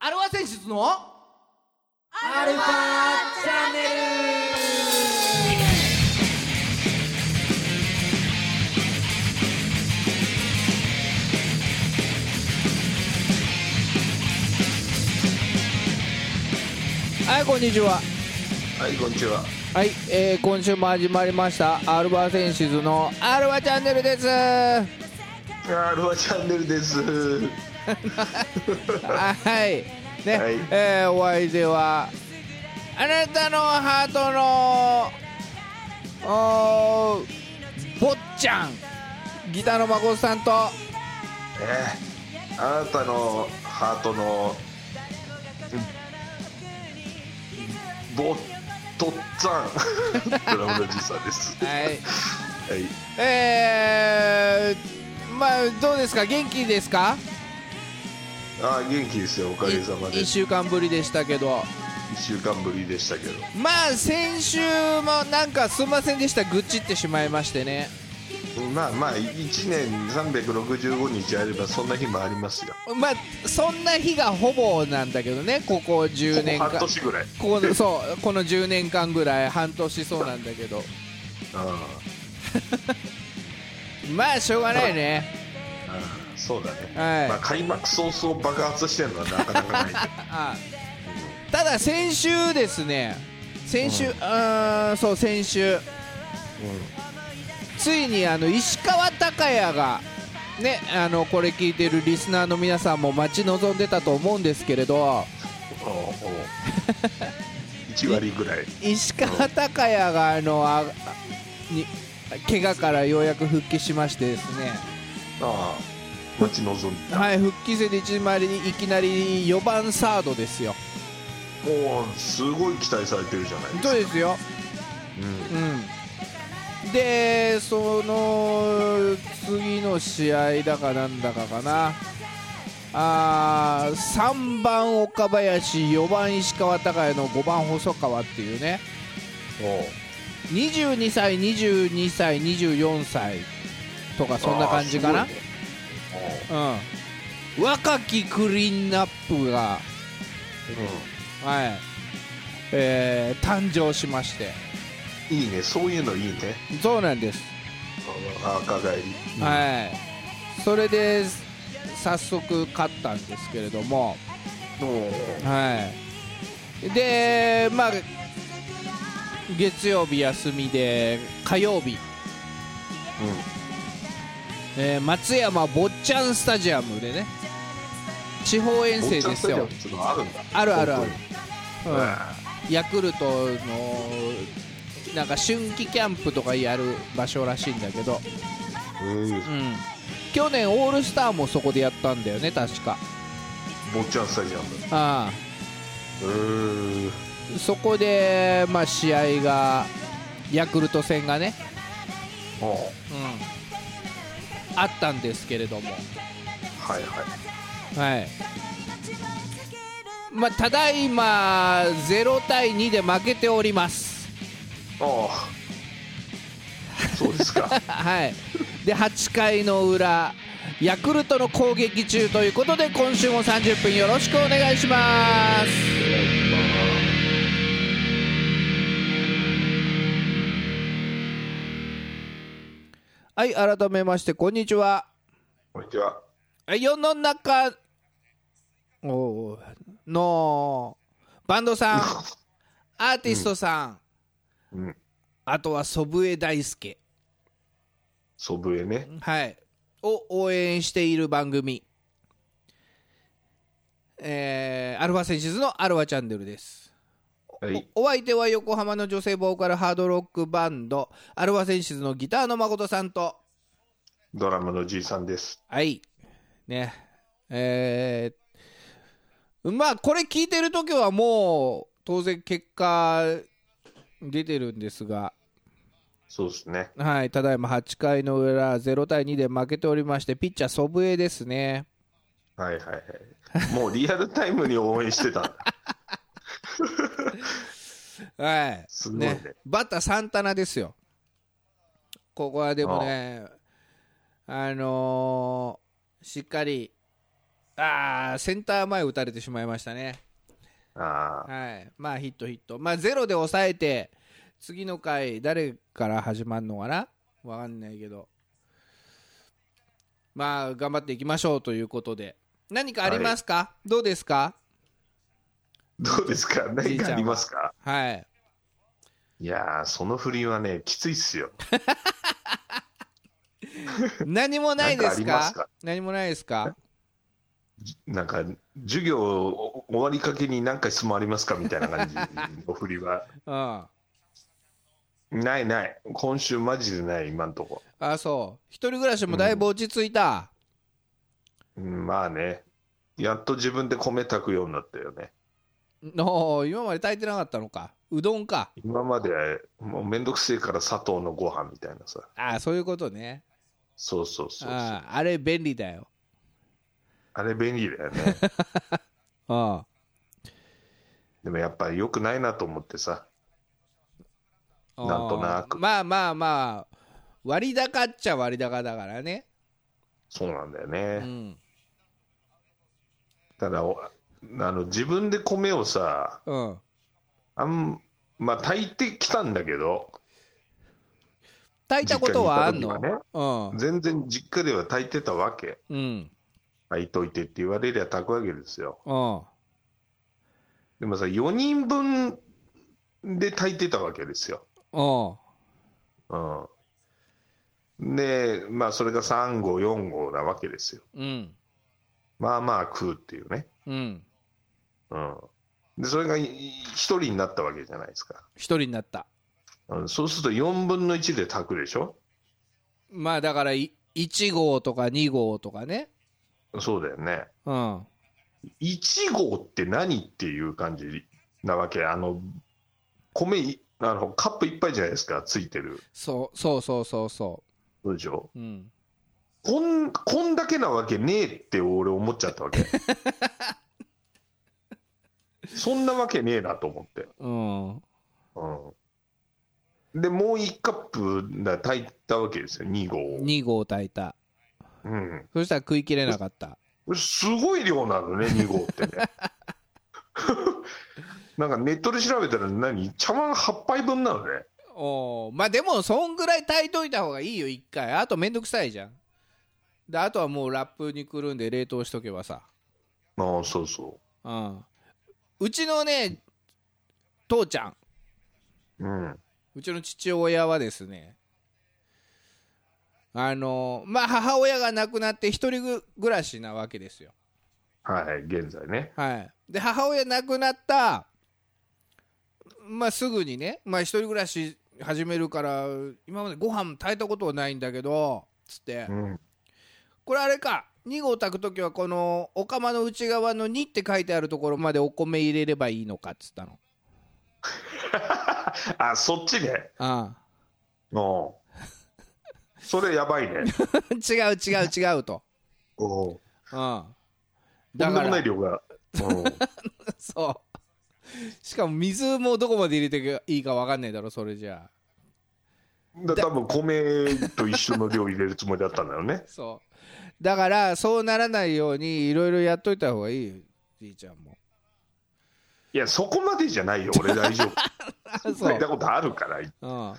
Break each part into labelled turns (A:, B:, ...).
A: アルファ選出のアルファチャンネル
B: はいこんにちは
C: はい、こんにちは。
B: はい、えー今週も始まりましたアルバセンシズのアルバチャンネルですは
C: アルファチャンネルです。
B: いね、
C: はい
B: えーお相手はあなたのハートのおー坊ちゃんギターの孫さんと
C: ええあなたのハートの。うんぼっとっつ ぁん。ドラムのじいさんです。は
B: はい
C: い。
B: えー、まあどうですか元気ですか
C: ああ、元気ですよ。おかげさまで。
B: 1
C: 一
B: 週間ぶりでしたけど
C: 週間ぶりでしたけど。
B: まあ先週もなんかすんませんでした愚痴ってしまいましてね
C: まあまあ、一年三百六十五日あれば、そんな日もありますよ。
B: まあそんな日がほぼなんだけどねここ10年
C: ここ
B: 間
C: 半年ぐらい。
B: ここそうこの10年間ぐらい半年そうなんだけど
C: ああ
B: まあしょうがないね
C: ああ、そうだね。
B: はい
C: まあ、開幕早々爆発してるのはなかなか ない。
B: あただ先週ですね先週うーんそう先週ついにあの石川昂弥がねあのこれ聞いてるリスナーの皆さんも待ち望んでたと思うんですけれど
C: おうおう1割ぐらい
B: 石川昂弥があのあに怪我からようやく復帰しましてですね、
C: ああ待ち望んで
B: はい、復帰戦でいきなりいきなり4番サードですよ。
C: もうすごい期待されてるじゃないです
B: そ
C: か
B: うですよ、
C: うん
B: うん、でその次の試合だかなんだかかなあー3番岡林4番石川昂弥の5番細川っていうね
C: おう
B: 22歳22歳24歳とかそんな感じかな、
C: ああすごいね
B: うん、若きクリーンナップが、はいえー誕生しまして
C: おういいねそういうのいいね
B: そうなんです、
C: ああ赤返り
B: はいそれで早速勝ったんですけれども、
C: おう
B: はい、でまあ月曜日休みで火曜日、えー松山坊っちゃんスタジアムでね地方遠征ですよ
C: 坊ちゃんスタジアムっていうのはあるんだ
B: あるあるある
C: 本当に
B: うん
C: あ
B: ヤクルトのなんか春季キャンプとかやる場所らしいんだけど、
C: あうん
B: うん、去年オールスターもそこでやったんだよね確か
C: 坊ちゃんスタジアム
B: あ
C: うー
B: あそこで、まあ、試合がヤクルト戦がね、
C: おう
B: うん、あったんですけれども、
C: はいはい
B: はいまあ、ただいま0対2で負けております
C: ああそう ですか
B: はい、で8回の裏ヤクルトの攻撃中ということで今週も30分よろしくお願いしますはい改めましてこんにちは
C: こんにちは
B: 世の中おうのバンドさんアーティストさん、
C: うん
B: あとは祖父江大輔、
C: 祖父江ね
B: はい、を応援している番組、えーアルファセンシズのアルファチャンネルです。
C: はい
B: おお相手は横浜の女性ボーカルハードロックバンドアルファセンシズのギターの誠さんと
C: ドラムのじいさんです
B: はいねえーまあこれ聞いてる時はもう当然結果出てるんですが
C: そうですね。
B: はいただいま8回の裏0対2で負けておりましてピッチャー祖父江ですね
C: はいはいはい。もうリアルタイムに応援してた んだ。
B: はい。
C: すごいね
B: バッターサンタナですよ。ここはでもね、あのーしっかり、あーセンター前打たれてしまいましたね。
C: ああ、
B: はい、まあヒットヒット、まあ、ゼロで抑えて次の回誰から始まるのかなわかんないけどまあ頑張っていきましょうということで何かありますか、どうですか
C: どうですか
B: じ
C: 何
B: いちゃん
C: か
B: は
C: ありますか
B: はい
C: いやー、その振りはね、きついっすよ。
B: 何もないです
C: なんかありま
B: か
C: すか
B: 何もないですか
C: なんか、授業お終わりかけに何回質問ありますかみたいな感じの振り は。
B: うんあ
C: ないない。今週マジでない、今んとこ。
B: そう一人暮らしもだいぶ落ち着いた、
C: うんまあね。やっと自分で米炊くようになったよね。
B: の今まで炊いてなかったのかうどんか
C: 今まで、もうめんどくせえから砂糖のご飯みたいなさ。
B: ああそういうことね
C: そうそうそうそう。
B: あああれ便利だよ
C: あれ便利だ よね。
B: うん
C: でもやっぱり良くないなと思ってさ。なんとなく
B: あーまあまあまあ割高っちゃ割高だからね
C: そうなんだよ
B: う
C: ね。
B: ん
C: ただおあの、自分で米をさ、
B: うん
C: あん、まあ炊いてきたんだけど、
B: 炊いたことはあんの、
C: 実家にいた全然実家では炊いてたわけ。
B: うんうん
C: 炊いといてって言われりゃ炊くわけですよ。
B: うん
C: でもさ、4人分で炊いてたわけですよ。
B: うん
C: うん。で、まあ、それが3号、4号なわけですよ。
B: うん
C: まあまあ食うっていうね。
B: うん
C: うん。で、それが1人になったわけじゃないですか。
B: 一人になった
C: うん、そうすると4分の1で炊くでしょ
B: まあだからい1号とか2号とかね
C: そうだよね。
B: うん
C: 1号って何っていう感じなわけ。あの、米い、あの、カップ一杯じゃないですか、ついてる。
B: そうそうそうそうそ
C: そうでしょ
B: ううん
C: こん、こんだけなわけねえって俺思っちゃったわけ。そんなわけねえなと思って。
B: うん
C: うん。で、もう1カップだ炊いたわけですよ、2合を。
B: 2号炊いた
C: うん。
B: そしたら食い切れなかった
C: すごい量なのね、2合ってね。 なんかネットで調べたら何茶碗8杯分なのね。
B: おーまあでもそんぐらい炊いといた方がいいよ1回あとめんどくさいじゃんであとはもうラップにくるんで冷凍しとけばさ
C: ああ、そうそ
B: うんうちのね父ちゃん
C: う。うん。
B: うちの父親はですねあのまあ母親が亡くなって一人ぐ暮らしなわけですよ
C: はい、現在ね。
B: はい、で母親亡くなった、まあ、すぐにね、まあ、一人暮らし始めるから今までご飯炊いたことはないんだけどつって
C: うん。
B: これあれか2合炊く時はこのお釜の内側の2って書いてあるところまでお米入れればいいのかっつったの
C: あ、そっちね。
B: あ
C: うん。それやばい ね。
B: あ違う 違う違うと、
C: うん。
B: うん、
C: と
B: だ
C: んで
B: か
C: もな
B: ら
C: い量が。うん。
B: そうしかも水もどこまで入れていいか分かんないだろそれじゃあ。
C: だ多分米と一緒の量入れるつもりだったんだよね
B: そうだからそうならないようにいろいろやっといた方がいいよじいちゃんも
C: いや、そこまでじゃないよ、俺大丈 夫。
B: そう、
C: 聞いたことあるから。
B: うん、あ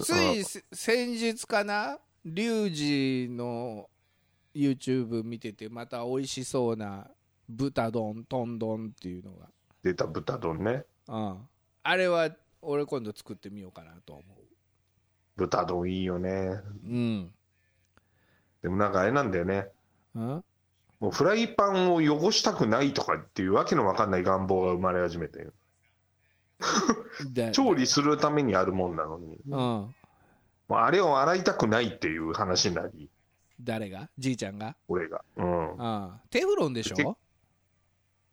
B: ついせ先日かなリュウジの YouTube 見ててまた美味しそうな豚丼トン丼っていうの
C: 出た豚丼ね。
B: が、うん、あれは俺今度作ってみようかなと思
C: 豚丼いいよね。
B: ううん、
C: でもなんかあれなんだよね。
B: うん、
C: もうフライパンを汚したくないとかっていうわけのわかんない願望が生まれ始めてる
B: で
C: 調理するためにあるもんなのに、
B: う
C: も
B: ん、
C: うあれを洗いたくないっていう話になり、
B: 誰がじいちゃんが、
C: 俺が。うん。
B: うん、テフロンでしょ、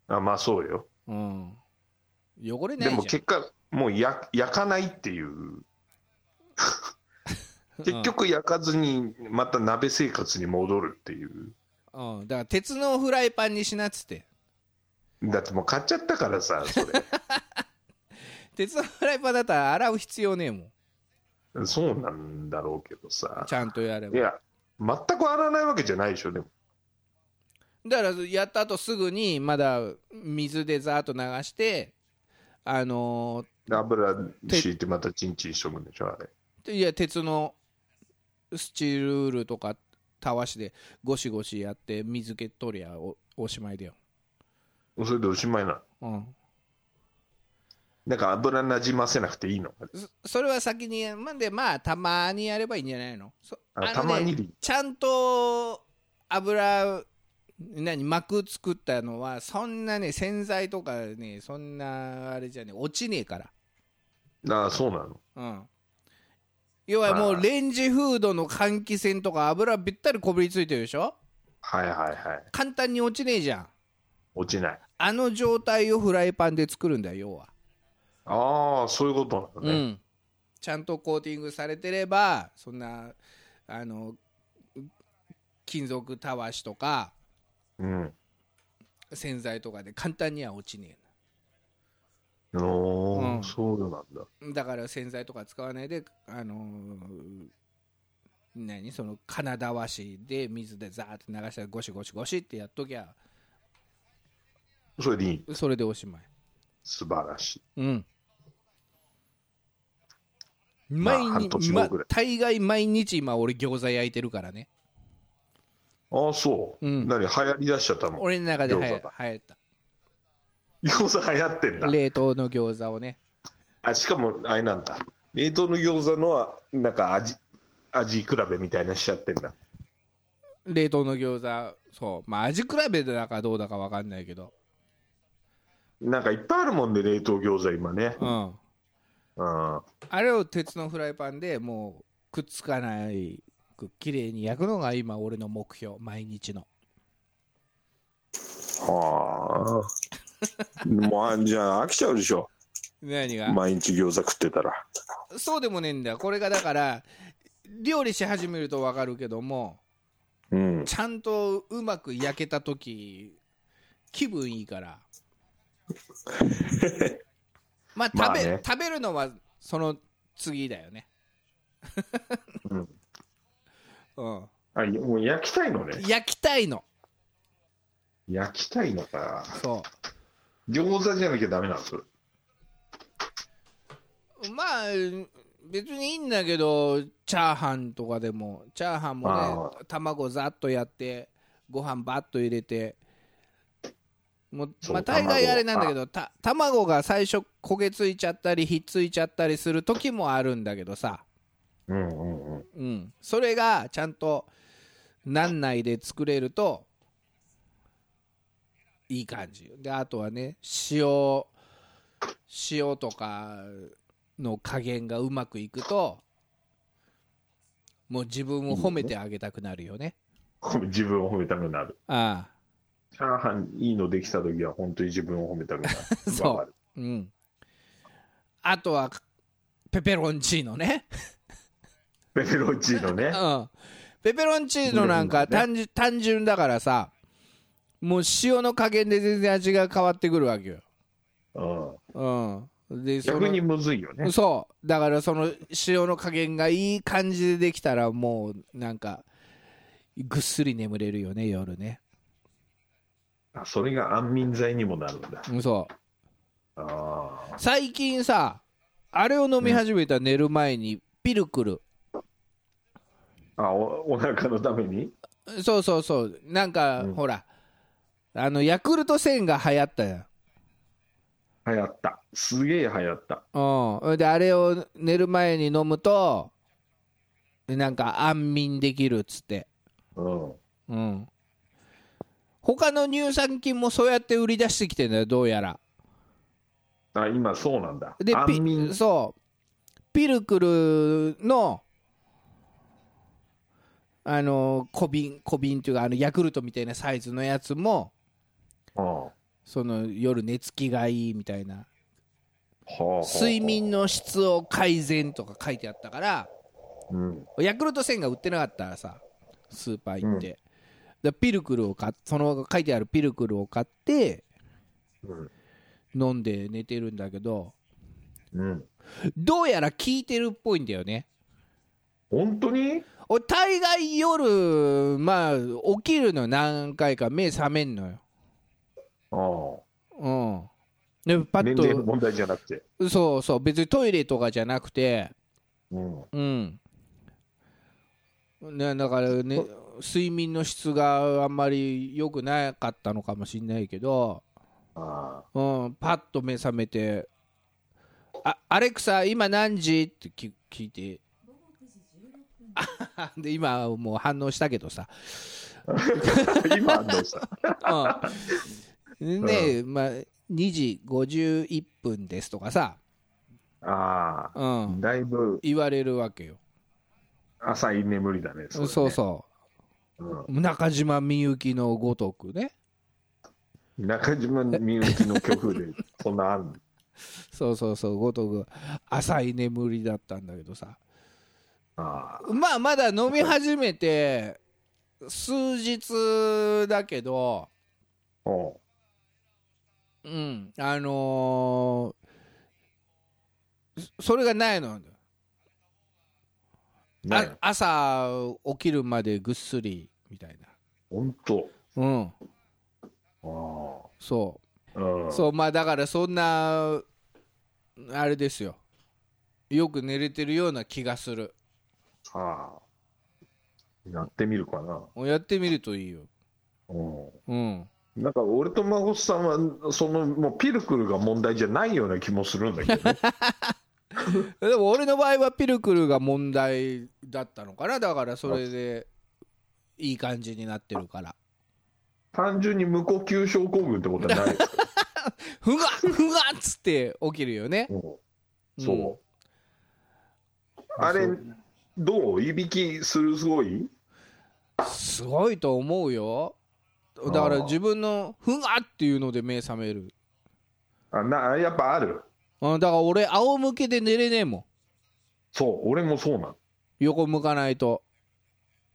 C: あまあそうよ。
B: うん、汚れないじゃん
C: でも結果、もうや焼かないっていう。結局焼かずに、また鍋生活に戻るっていう。
B: うん、うんだから鉄のフライパンにしなっつって
C: だってもう買っちゃったからさ、そ
B: 鉄のフライパンだったら洗う必要ねえもん
C: れ。 そうなんだろうけどさ
B: ち。ゃんとやれ
C: い
B: ば
C: や、全く洗わないわけじゃないでしょ、でも。
B: だからやった後すぐにまだ水でざーっと流してあの
C: で油敷いてまたチンチンしとくんでしょ、あれ。
B: ーいや鉄のスチールウールとかたわしでゴシゴシやって水け取りゃおおしまいだよ、
C: それでおしまいな。
B: うん、
C: なんか油なじませなくていいの。
B: そそれは先にまあでまあたまにやればいいんじゃないのそ
C: あ
B: のね
C: たまにでいい
B: ちゃんと油何膜作ったのはそんなね洗剤とかねそんなあれじゃね落ちねえから
C: ああ、そうなの。
B: うん要はもうレンジフードの換気扇とか油べったりこびりついてるでしょ
C: はいはいはい。
B: 簡単に落ちねえじゃん
C: 落ちない。
B: あの状態をフライパンで作るんだよ要は
C: ああ、そういうことなんだ
B: う
C: ね。
B: ん、ちゃんとコーティングされてればそんなあの金属たわしとか
C: うん。
B: 洗剤とかで簡単には落ちね
C: おー
B: うん
C: そうなんだ。
B: えだから洗剤とか使わないであのー何その金だわしで水でザーって流したらゴシゴシゴシってやっときゃ
C: それでいい。
B: それでおしまい
C: 素晴らしい。
B: うん
C: まあ
B: 毎
C: 半
B: 日、
C: 年後
B: ま
C: ぐらい
B: 大概毎日今俺餃子焼いてるからね
C: ああ、そう。
B: うん
C: 何、流行りだしちゃったの
B: 俺の中ではや
C: 餃子だ
B: 流行った
C: 餃子流行ってんだ。
B: 冷凍の餃子をね
C: あしかも、あれなんだ。冷凍の餃子のは、なんか味、味比べみたいなしちゃってんだ。
B: 冷凍の餃子そうまあ味比べだかどうだかわかんないけど
C: なんかいっぱいあるもんで、冷凍餃子今ね。
B: うん
C: うん。
B: あれを鉄のフライパンでもうくっつかないく綺麗に焼くのが今俺の目標毎日の
D: はあ。もうあじゃあ飽きちゃうでしょ。
B: 何が、
D: 毎日餃子食ってたら。
B: そうでもねえんだこれがだから料理し始めるとわかるけども
D: うん。
B: ちゃんとうまく焼けた時気分いいから まあ食べ,、
C: まあね
B: 食べるのはその次だよね
C: うん
B: うん
C: あ、いもう焼きたいのね。
B: 焼きたいの
C: 焼きたいのか。
B: そ
C: 餃子じゃなきゃダメなんです
B: うまあ別にいいんだけどチャーハンとかでもチャーハンもね卵ざっとやってご飯ばっと入れてもう
C: そう
B: まあ大概
C: 卵
B: あれなんだけどた卵が最初焦げついちゃったりひっついちゃったりする時もあるんだけどさ、
C: うんうんうん。
B: うん、それがちゃんとなんないで作れるといい感じであとはね塩塩とかの加減がうまくいくともう自分を褒めてあげたくなるよね
C: これ自分を褒めたくなる。
B: あ
C: チャーハンいいのできた時は本当に自分を褒めたくなる。
B: そう
C: わかる
B: あうんあとはペペロンチーノね
C: ペペロンチー ノね。
B: うん、ペペロンチーノなんか
C: ペペロ
B: 単純,、単純だからさもう塩の加減で全然味が変わってくるわけよ、
C: うん、
B: うん、でその
C: 逆にむずいよね。
B: そうだからその塩の加減がいい感じでできたらもうなんかぐっすり眠れるよね夜ね
C: あそれが安眠剤にもなるんだ。
B: うんそう
C: ああ。
B: 最近さあれを飲み始めた寝る前にピルクル
C: あお、お腹のために
B: そうそうそうなんか、
C: うん
B: ほらあのヤクルト1000が流行ったやん
C: 流行った。すげえ流行った。
B: うん、であれを寝る前に飲むとなんか安眠できるっつって、
C: うん。
B: うん、他の乳酸菌もそうやって売り出してきてんだよどうやら
C: あ、今そうなんだ。
B: で
C: 安眠
B: ピ。そうピルクルのあの小瓶小瓶っていうかあのヤクルトみたいなサイズのやつも
C: うんは
B: その夜寝つきがいいみたいな
C: あはあ
B: 睡眠の質を改善とか書いてあったから
C: うん。
B: ヤクルト1000が売ってなかったらさスーパー行って、だピルクルを買っその書いてあるピルクルを買って
C: うん。
B: 飲んで寝てるんだけど
C: うん。
B: どうやら効いてるっぽいんだよね
C: お本当に
B: 俺大概夜まあ起きるのよ何回か目覚めんのよ
C: あ
B: うんでパ
C: あ
B: ッ
C: 年齢の
B: と
C: 問題じゃなくて。
B: そうそう別にトイレとかじゃなくて
C: うん。
B: うんねだからね睡眠の質があんまり良くなかったのかもしんないけど
C: あ
B: うん、パッと目覚めて「あアレクサ今何時?」ってき聞いて あで今もう反応したけどさ、
C: あ。今、安藤さ ん。
B: うん、ねえ、まあ、2時51分ですとかさ、
C: あ
B: う
C: あ。
B: ん、
C: だいぶ
B: 言われるわけよ
C: 浅い眠りだね。
B: そう,、
C: れね
B: そうそう中島みゆきのごとくね
C: うん中島みゆきの曲で、そんなあんの
B: そうそうそうごとく浅い眠りだったんだけどさ
C: あ
B: まあまだ飲み始めて数日だけど
C: あ。お
B: う
C: う
B: んあのーそそれがないの、
C: ね
B: あ朝起きるまでぐっすりみたいな
C: 本当。
B: うん
C: あ
B: そ
C: あ。う。
B: うんそうまあだからそんなあれですよよく寝れてるような気がする
C: ああ。やってみるかな。
B: やってみるといいよ
C: うん。
B: うん
C: なんか俺と孫さんは、そのもうピルクルが問題じゃないような気もするんだ けどね。
B: でも俺の場合はピルクルが問題だったのかなだからそれでいい感じになってるから
C: 単純に無呼吸症候群ってことはないですか、
B: ふがふがっつって起きるよね
C: うんそう。あれ
B: そ、
C: どういびきするすごい
B: すごいと思うよだから自分の「ふが」っていうので目覚める
C: あなやっぱある。
B: うんだから俺仰向けで寝れねえもん
C: そう、俺もそうなの。
B: 横向かないと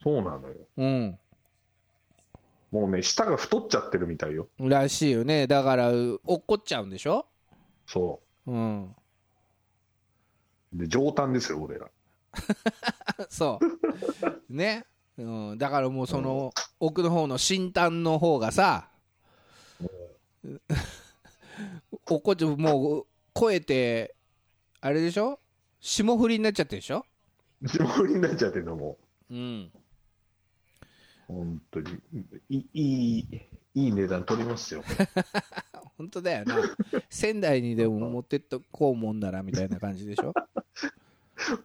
C: そうなのよ。
B: うん
C: もうね、舌が太っちゃってるみたいよ。
B: らしいよねだから落っこっちゃうんでしょ
C: そ
B: うん
C: う。で、上端ですよ、俺ら。
B: そう ね、うん、だからもうその奥の方の新端の方がさ落っこっちゃもう超えてあれでしょ霜降りになっちゃってるでしょ
C: 自分になっちゃってるのも
B: うん
C: う、本当に。いいい、いい値段取りま すよ。
B: 本当だよ な仙台にでも持ってっとこうもんならみたいな感じでし ょ、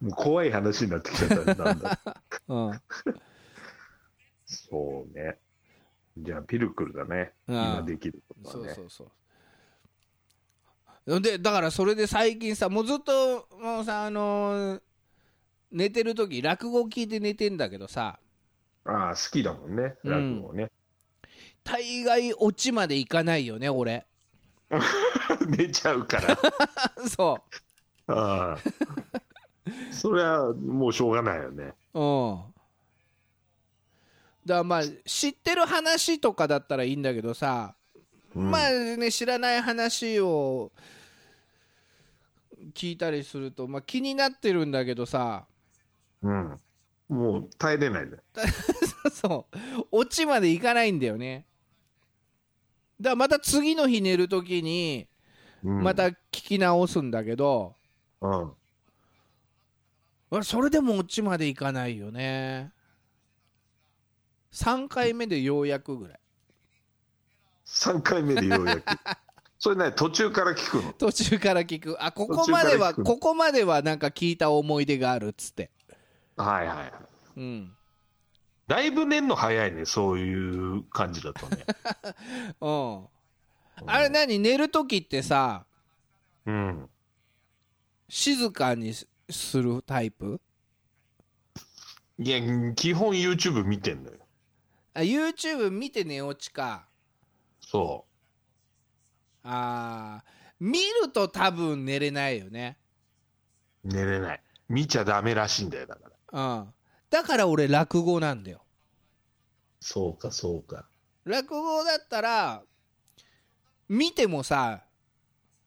C: もう怖い話になってきちゃったねなん だ。
B: うん、
C: そうね。じゃあ、ピルクルだね。
B: ああ
C: 今できること
B: そ
C: は
B: う
C: ね。
B: そうそうでだからそれで最近さもうずっともうさあのー寝てる時落語聞いて寝てんだけどさ
C: ああ、好きだもんね。
B: う
C: ラ
B: ん
C: グもね。
B: 大概オチまでいかないよね俺
C: 寝ちゃうから。
B: そ
C: ああ。それはもうしょうがないよね。
B: ううんだからまあ知ってる話とかだったらいいんだけどさ
C: うん
B: まあね知らない話を聞いたりすると、まあ、気になってるんだけどさ
C: うん。もう耐えれないね。
B: そうオチまでいかないんだよねだからまた次の日寝る時に
C: うん、
B: また聞き直すんだけど、
C: うん。
B: うわそれでもオチまでいかないよね3回目でようやくぐらい
C: 3回目で ようやく。それね、途中から聞くの。
B: 途中から聞くあここまでは
C: 途中から聞く
B: ここまではなんか聞いた思い出があるっつって
C: はいはいはい。
B: うん
C: だいぶ寝んの早いね、そういう感じだとね。
B: うん あれ何寝る時ってさ
C: うん。
B: 静かにすするタイプ
C: いや、基本 YouTube 見てんのよ。
B: あ YouTube 見て寝落ちか
C: そ
B: あー見ると多分寝れないよね
C: う。寝れない。見ちゃダメらしいんだよ、だから。
B: うんだから俺落語なんだよ
C: そうか、そうか。
B: 落語だったら見てもさ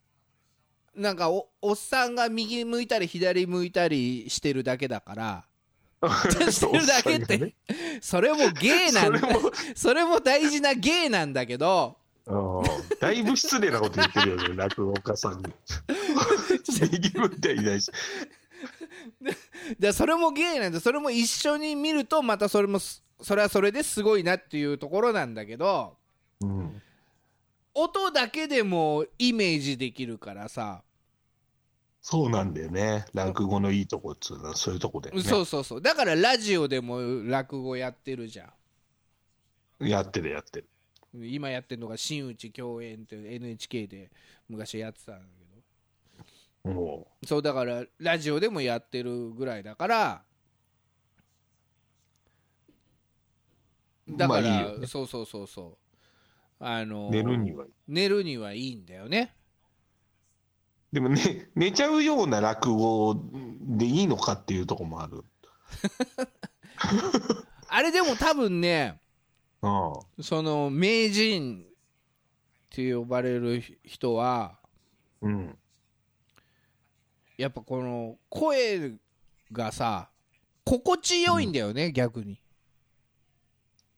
B: なんかおおっさんが右向いたり左向いたりしてるだけだからしてるだけって、それも芸な
C: そ
B: ん
C: れ
B: だ
C: も
B: それも大事な芸なんだけど
C: うんだいぶ失礼なこと言ってるよね、落語 家さんに。右向いてはいないし。
B: でそれも芸なんだそれも一緒に見るとまたそれもすそれはそれですごいなっていうところなんだけど
C: うん。
B: 音だけでもイメージできるからさ、
C: そうなんだよね。落語のいいとこっつうのはそういうとこだよね。
B: そうそうそうだからラジオでも落語やってるじゃ
C: やってるやってる。
B: ん今やってるのが新内共演っていう NHK で昔やってたんだけど
C: も
B: そうだからラジオでもやってるぐらいだからだから、
C: まあいいよね
B: そうそうそうそうあの
C: う寝るにはいい。
B: 寝るにはいいんだよね
C: でもね、寝ちゃうような落語でいいのかっていうとこもある。
B: あれでも多分ね
C: うん。
B: その名人って呼ばれる人は
C: うん。
B: やっぱこの声がさ心地よいんだよね、逆に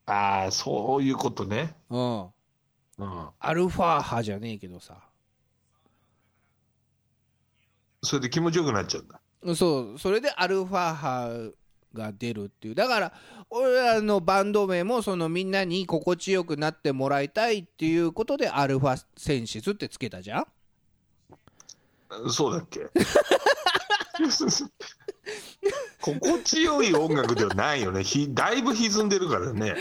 C: ああ、そういうことね。
B: うん
C: うん。
B: アルファ派じゃねえけどさ
C: それで気持ちよくなっちゃうんだ。
B: そうそれでアルファ波が出るっていうだから俺らのバンド名もそのみんなに心地よくなってもらいたいっていうことでアルファセンシスってつけたじゃん
C: そうだっ け心地よい音楽ではないよね。ひだいぶ歪んでるからね。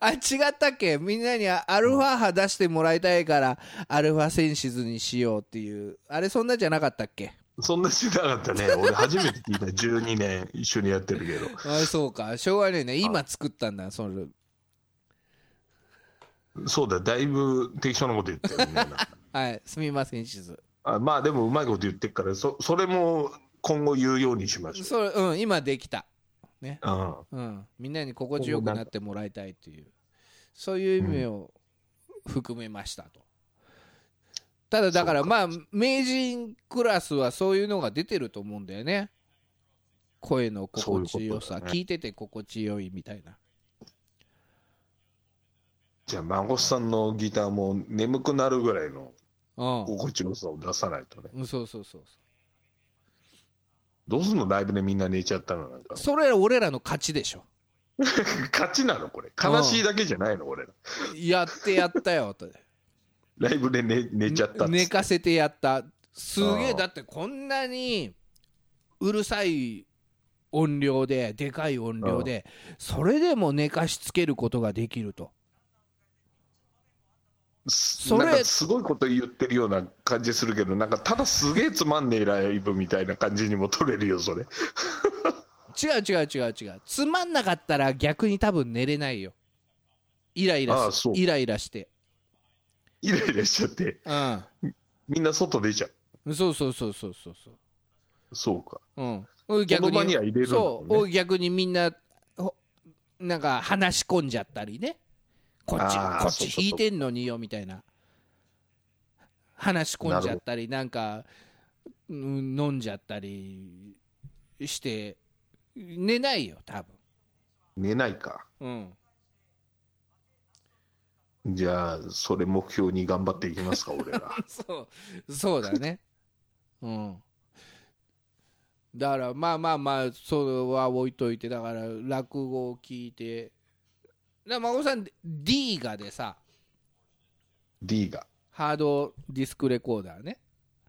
B: あ違ったっけみんなにアルファ波出してもらいたいからアルファセンシスにしようっていうあれそんなじゃなかったっけ
C: そんなしなかったね。俺初めて聞いた。12年一緒にやってるけど。
B: あそうかしょうがねえね今作ったんだその
C: そうだ、だいぶ適当なこと言ってる ね。なんか
B: はいすみませんシズ
C: あまあでもうまいこと言ってるから、そそれも今後言うようにしまし
B: それうん今できた
C: ょ
B: うん、みんなに心地よくなってもらいたいというそういう意味を含めましたと、ただだから
C: そう
B: まあ名人クラスはそういうのが出てると思うんだよね声の心地よ
C: そ
B: さ、
C: ういうことだね
B: 聞いてて心地よいみたいな
C: うん。じゃあ、孫さんのギターも眠くなるぐらいの
B: う
C: 心地よさを出さないとね。
B: んうんそうそうそうそう
C: どうすんのライブでみんな寝ちゃったのなんか。
B: それ俺らの勝ちでしょ
C: 勝ちなのこれ。悲しいだけじゃないの俺ら。
B: やってやったよと
C: ライブで寝寝ちゃったっつって
B: 寝かせてやったすげえ
C: うん
B: だってこんなにうるさい音量ででかい音量でそれでも寝かしつけることができると
C: そ
B: それ
C: なんかすごいこと言ってるような感じするけどなんかただすげえつまんねえライブみたいな感じにも取れるよそれ
B: 違う違う違う違うつまんなかったら逆に多分寝れないよイライ
C: あ
B: ラ
C: あ
B: し
C: そう
B: イライラして
C: イライラしちゃって
B: う
C: みんな外出ちゃ
B: んそうそうそうそうそうそう
C: うそうか
B: うん、
C: この場には入れるんだも
B: そ
C: んね
B: う逆にみんなほなんか話し込んじゃったりねこっち
C: あー
B: こっ
C: そう
B: ち
C: そうそう
B: 引いてんのによみたいな話し込んじゃったりなんかうん飲んじゃったりして寝ないよ多分
C: 寝ないか
B: うん
C: じゃあそれ目標に頑張っていきま すか俺ら
B: そうそうだね うんだからまあまあまあそれは置いといてだから落語を聞いてだから孫さん D がでさ
C: D が
B: ハードディスクレコーダーね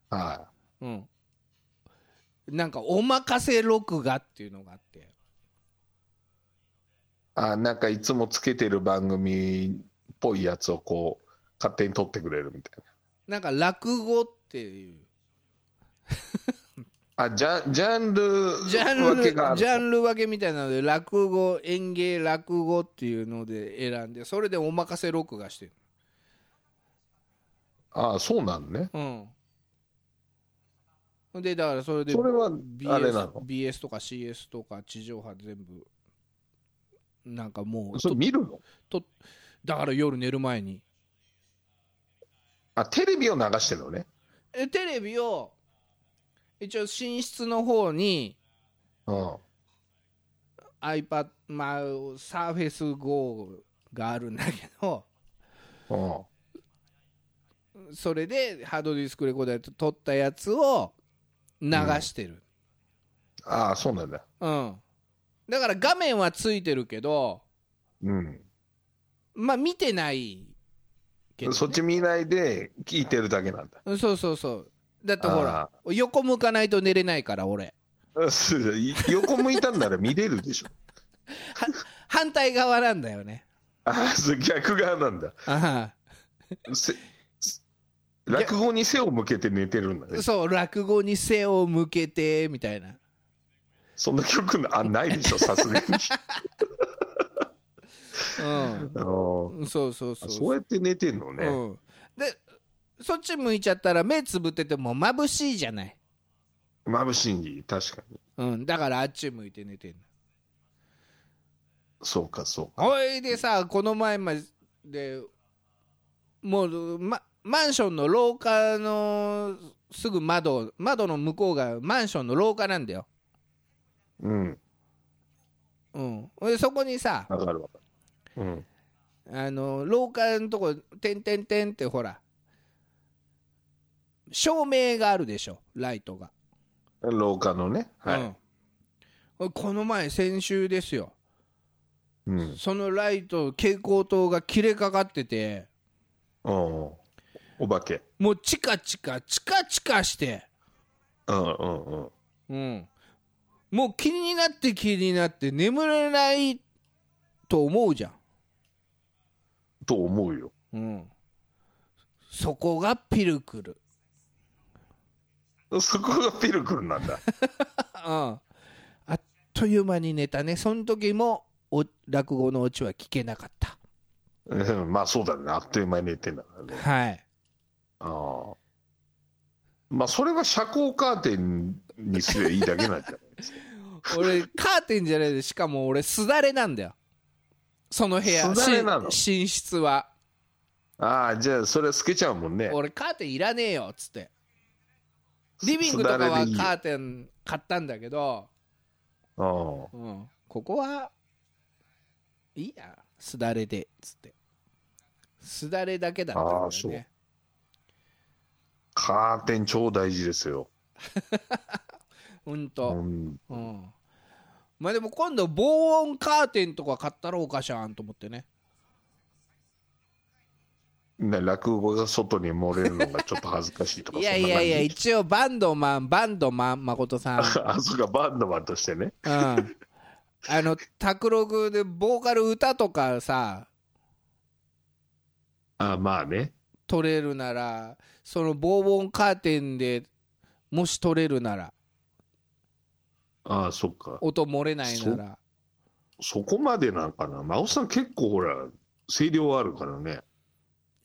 C: は
B: うんなんか「おまかせ録画」っていうのがあって
C: いあなんかいつもつけてる番組っぽいやつをこう勝手に撮ってくれるみたい
B: なんか落語っていう
C: なあジャジャンル
B: ジャン
C: 分
B: ル
C: けがある
B: ジャンル分けみたいなので落語演芸落語っていうので選んでそれで「おまかせ録画」してる
C: ああそうなのね
B: うん。で、だからそれで
C: それはあれ
B: BS,
C: なの
B: BS とか CS とか地上波全部、なんかもう
C: それ
B: と、
C: 見るの
B: だから夜寝る前に。
C: あテレビを流してるのね
B: えテレビを、一応寝室の方に、
C: うん
B: iPad、まあ、Surface Go があるんだけど、
C: うん
B: それでハードディスクレコーダーで撮ったやつを流してる。
C: ああ、そうなんだ。
B: うん。だから画面はついてるけど、
C: うん。
B: まあ見てないけど、ね。
C: そっち見ないで聞いてるだけなんだ。
B: うんそうそうそう。だってほら、横向かないと寝れないから、俺。
C: そうい 横向いたんなら見れるでしょ。
B: は反対側なんだよね。
C: ああ、そう逆側なんだ。
B: あ
C: せ落語に背を向けて寝てるんだ
B: あ
C: ね。
B: そう、落語に背を向けて、みたいな。
C: そんな曲なあないでしょ、さすが に。あの
B: うん。そうそうそう。
C: そうやって寝てんのね。
B: うん。で、そっち向いちゃったら目つぶってても眩しいじゃない。
C: 眩しいに、確かに。
B: うん。だからあっち向いて寝てんの。
C: そうか、そうか。
B: ほいでさ、この前まで、もう、ま、マンションの廊下のすぐ窓、窓の向こうがマンションの廊下なんだよ。
C: うん、
B: うん。ほいでそこにさ、
C: わかるわかる。うん。
B: あの廊下のとこ「てんてんてん」ってほら照明があるでしょライトが、
C: 廊下のね。はい。
B: うん、この前先週ですよ
C: うん。
B: そのライト蛍光灯が切れかかってて
C: うん。お化け。
B: もうチカチカチカチカして、
C: うんうんうん。
B: うん、もう気になって気になって眠れないと思うじゃん、
C: と思うよ。
B: うん、そこがピルクル
C: そこがピルクルなんだ。
B: うんあっという間に寝たね。その時もお落語のオチは聞けなかった。
C: うんまあそうだね。あっという間に寝てんだからね。
B: はい。
C: ああ。まあそれは遮光カーテンにすればいいだけな んじゃない
B: 俺、カーテンじゃないで、しかも俺、すだれなんだよ。その部屋、
C: すだれなの
B: し寝室は。
C: ああ、じゃあそれ透けちゃうもんね。
B: 俺、カーテンいらねえよ、っつって。リビングとか
C: すだ
B: は
C: れでいいよ
B: カーテン買ったんだけど、
C: うん
B: うん、ここは、いいや、すだれで、つって。すだれだけだったんだ
C: あ
B: よ
C: ーそう
B: ね。
C: カーテン超大事ですよ。
B: ほんと。
C: うん、
B: うん、まあでも今度防音カーテンとか買ったらおかしゃんと思ってね
C: ね落語が外に漏れるのがちょっと恥ずかしいとか。
B: いやいやいや
C: そんな感じ
B: 一応バンドマンバンドマン誠さん、うん、
C: あそうか、バンドマンとしてね。
B: あの卓録でボーカル歌とかさ
C: ああまあね。
B: 取れるならその防音カーテンでもし取れるなら
C: ああ、そっか。
B: 音漏れないなら
C: そこまでなんかな。真央さん結構ほら、声量あるからね。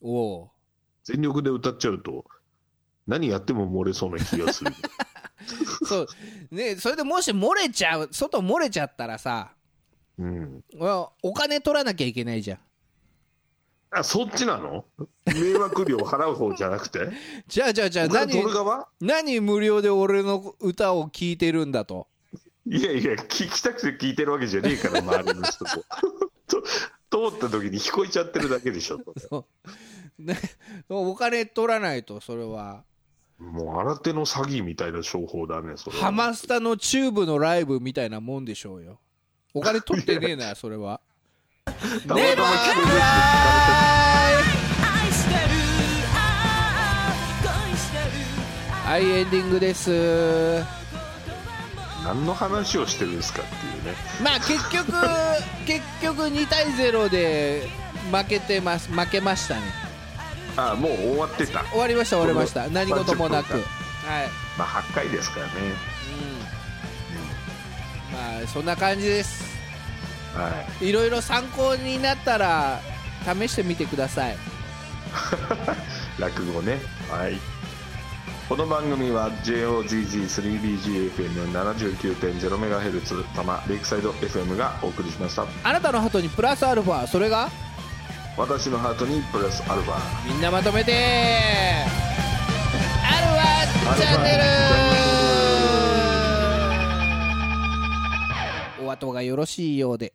B: おお
C: 全力で歌っちゃうと、何やっても漏れそうな気 がする。
B: うそうねそれでもし漏れちゃう外漏れちゃったらさ
C: うん。
B: おお金取らなきゃいけないじゃん
C: あ、そっちなの迷惑料払う方じゃなくて
B: じゃあじゃあじゃあ
C: お金
B: 何
C: 取る側
B: 何無料で俺の歌を聴いてるんだと
C: いやいや、聞きたくて聞いてるわけじゃねえから、周りの人と。 と通った時に聞こえちゃってるだけでしょ。
B: ねお金取らないとそれは
C: もう新手の詐欺みたいな商法だね、それは。
B: ハマスタのチューブのライブみたいなもんでしょうよお金取ってねえなそれは
C: たまたま聞こ
A: 愛してるああ恋してる
B: はいエンディングです
C: えて何の話をしてるんですかっていうね。
B: まあ結 局結局2対0で負けてます負けましたね
C: あ、もう終わってた。ま
B: 終わりました終わりました
C: この
B: 何事もなく
C: 30
B: はい
C: 分あ、8回ですからね。
B: うんまあそんな感じです
C: はい。
B: いろいろ参考になったら試してみてください
C: 落語ねはいこの番組は JOZZ3BGFM79.0MHz 多摩レイクサイド FM がお送りしました
B: あなたのハートにプラスアルファそれが
C: 私のハートにプラスアルファ
B: みんなまとめてアルファチャンネル終わお後がよろしいようで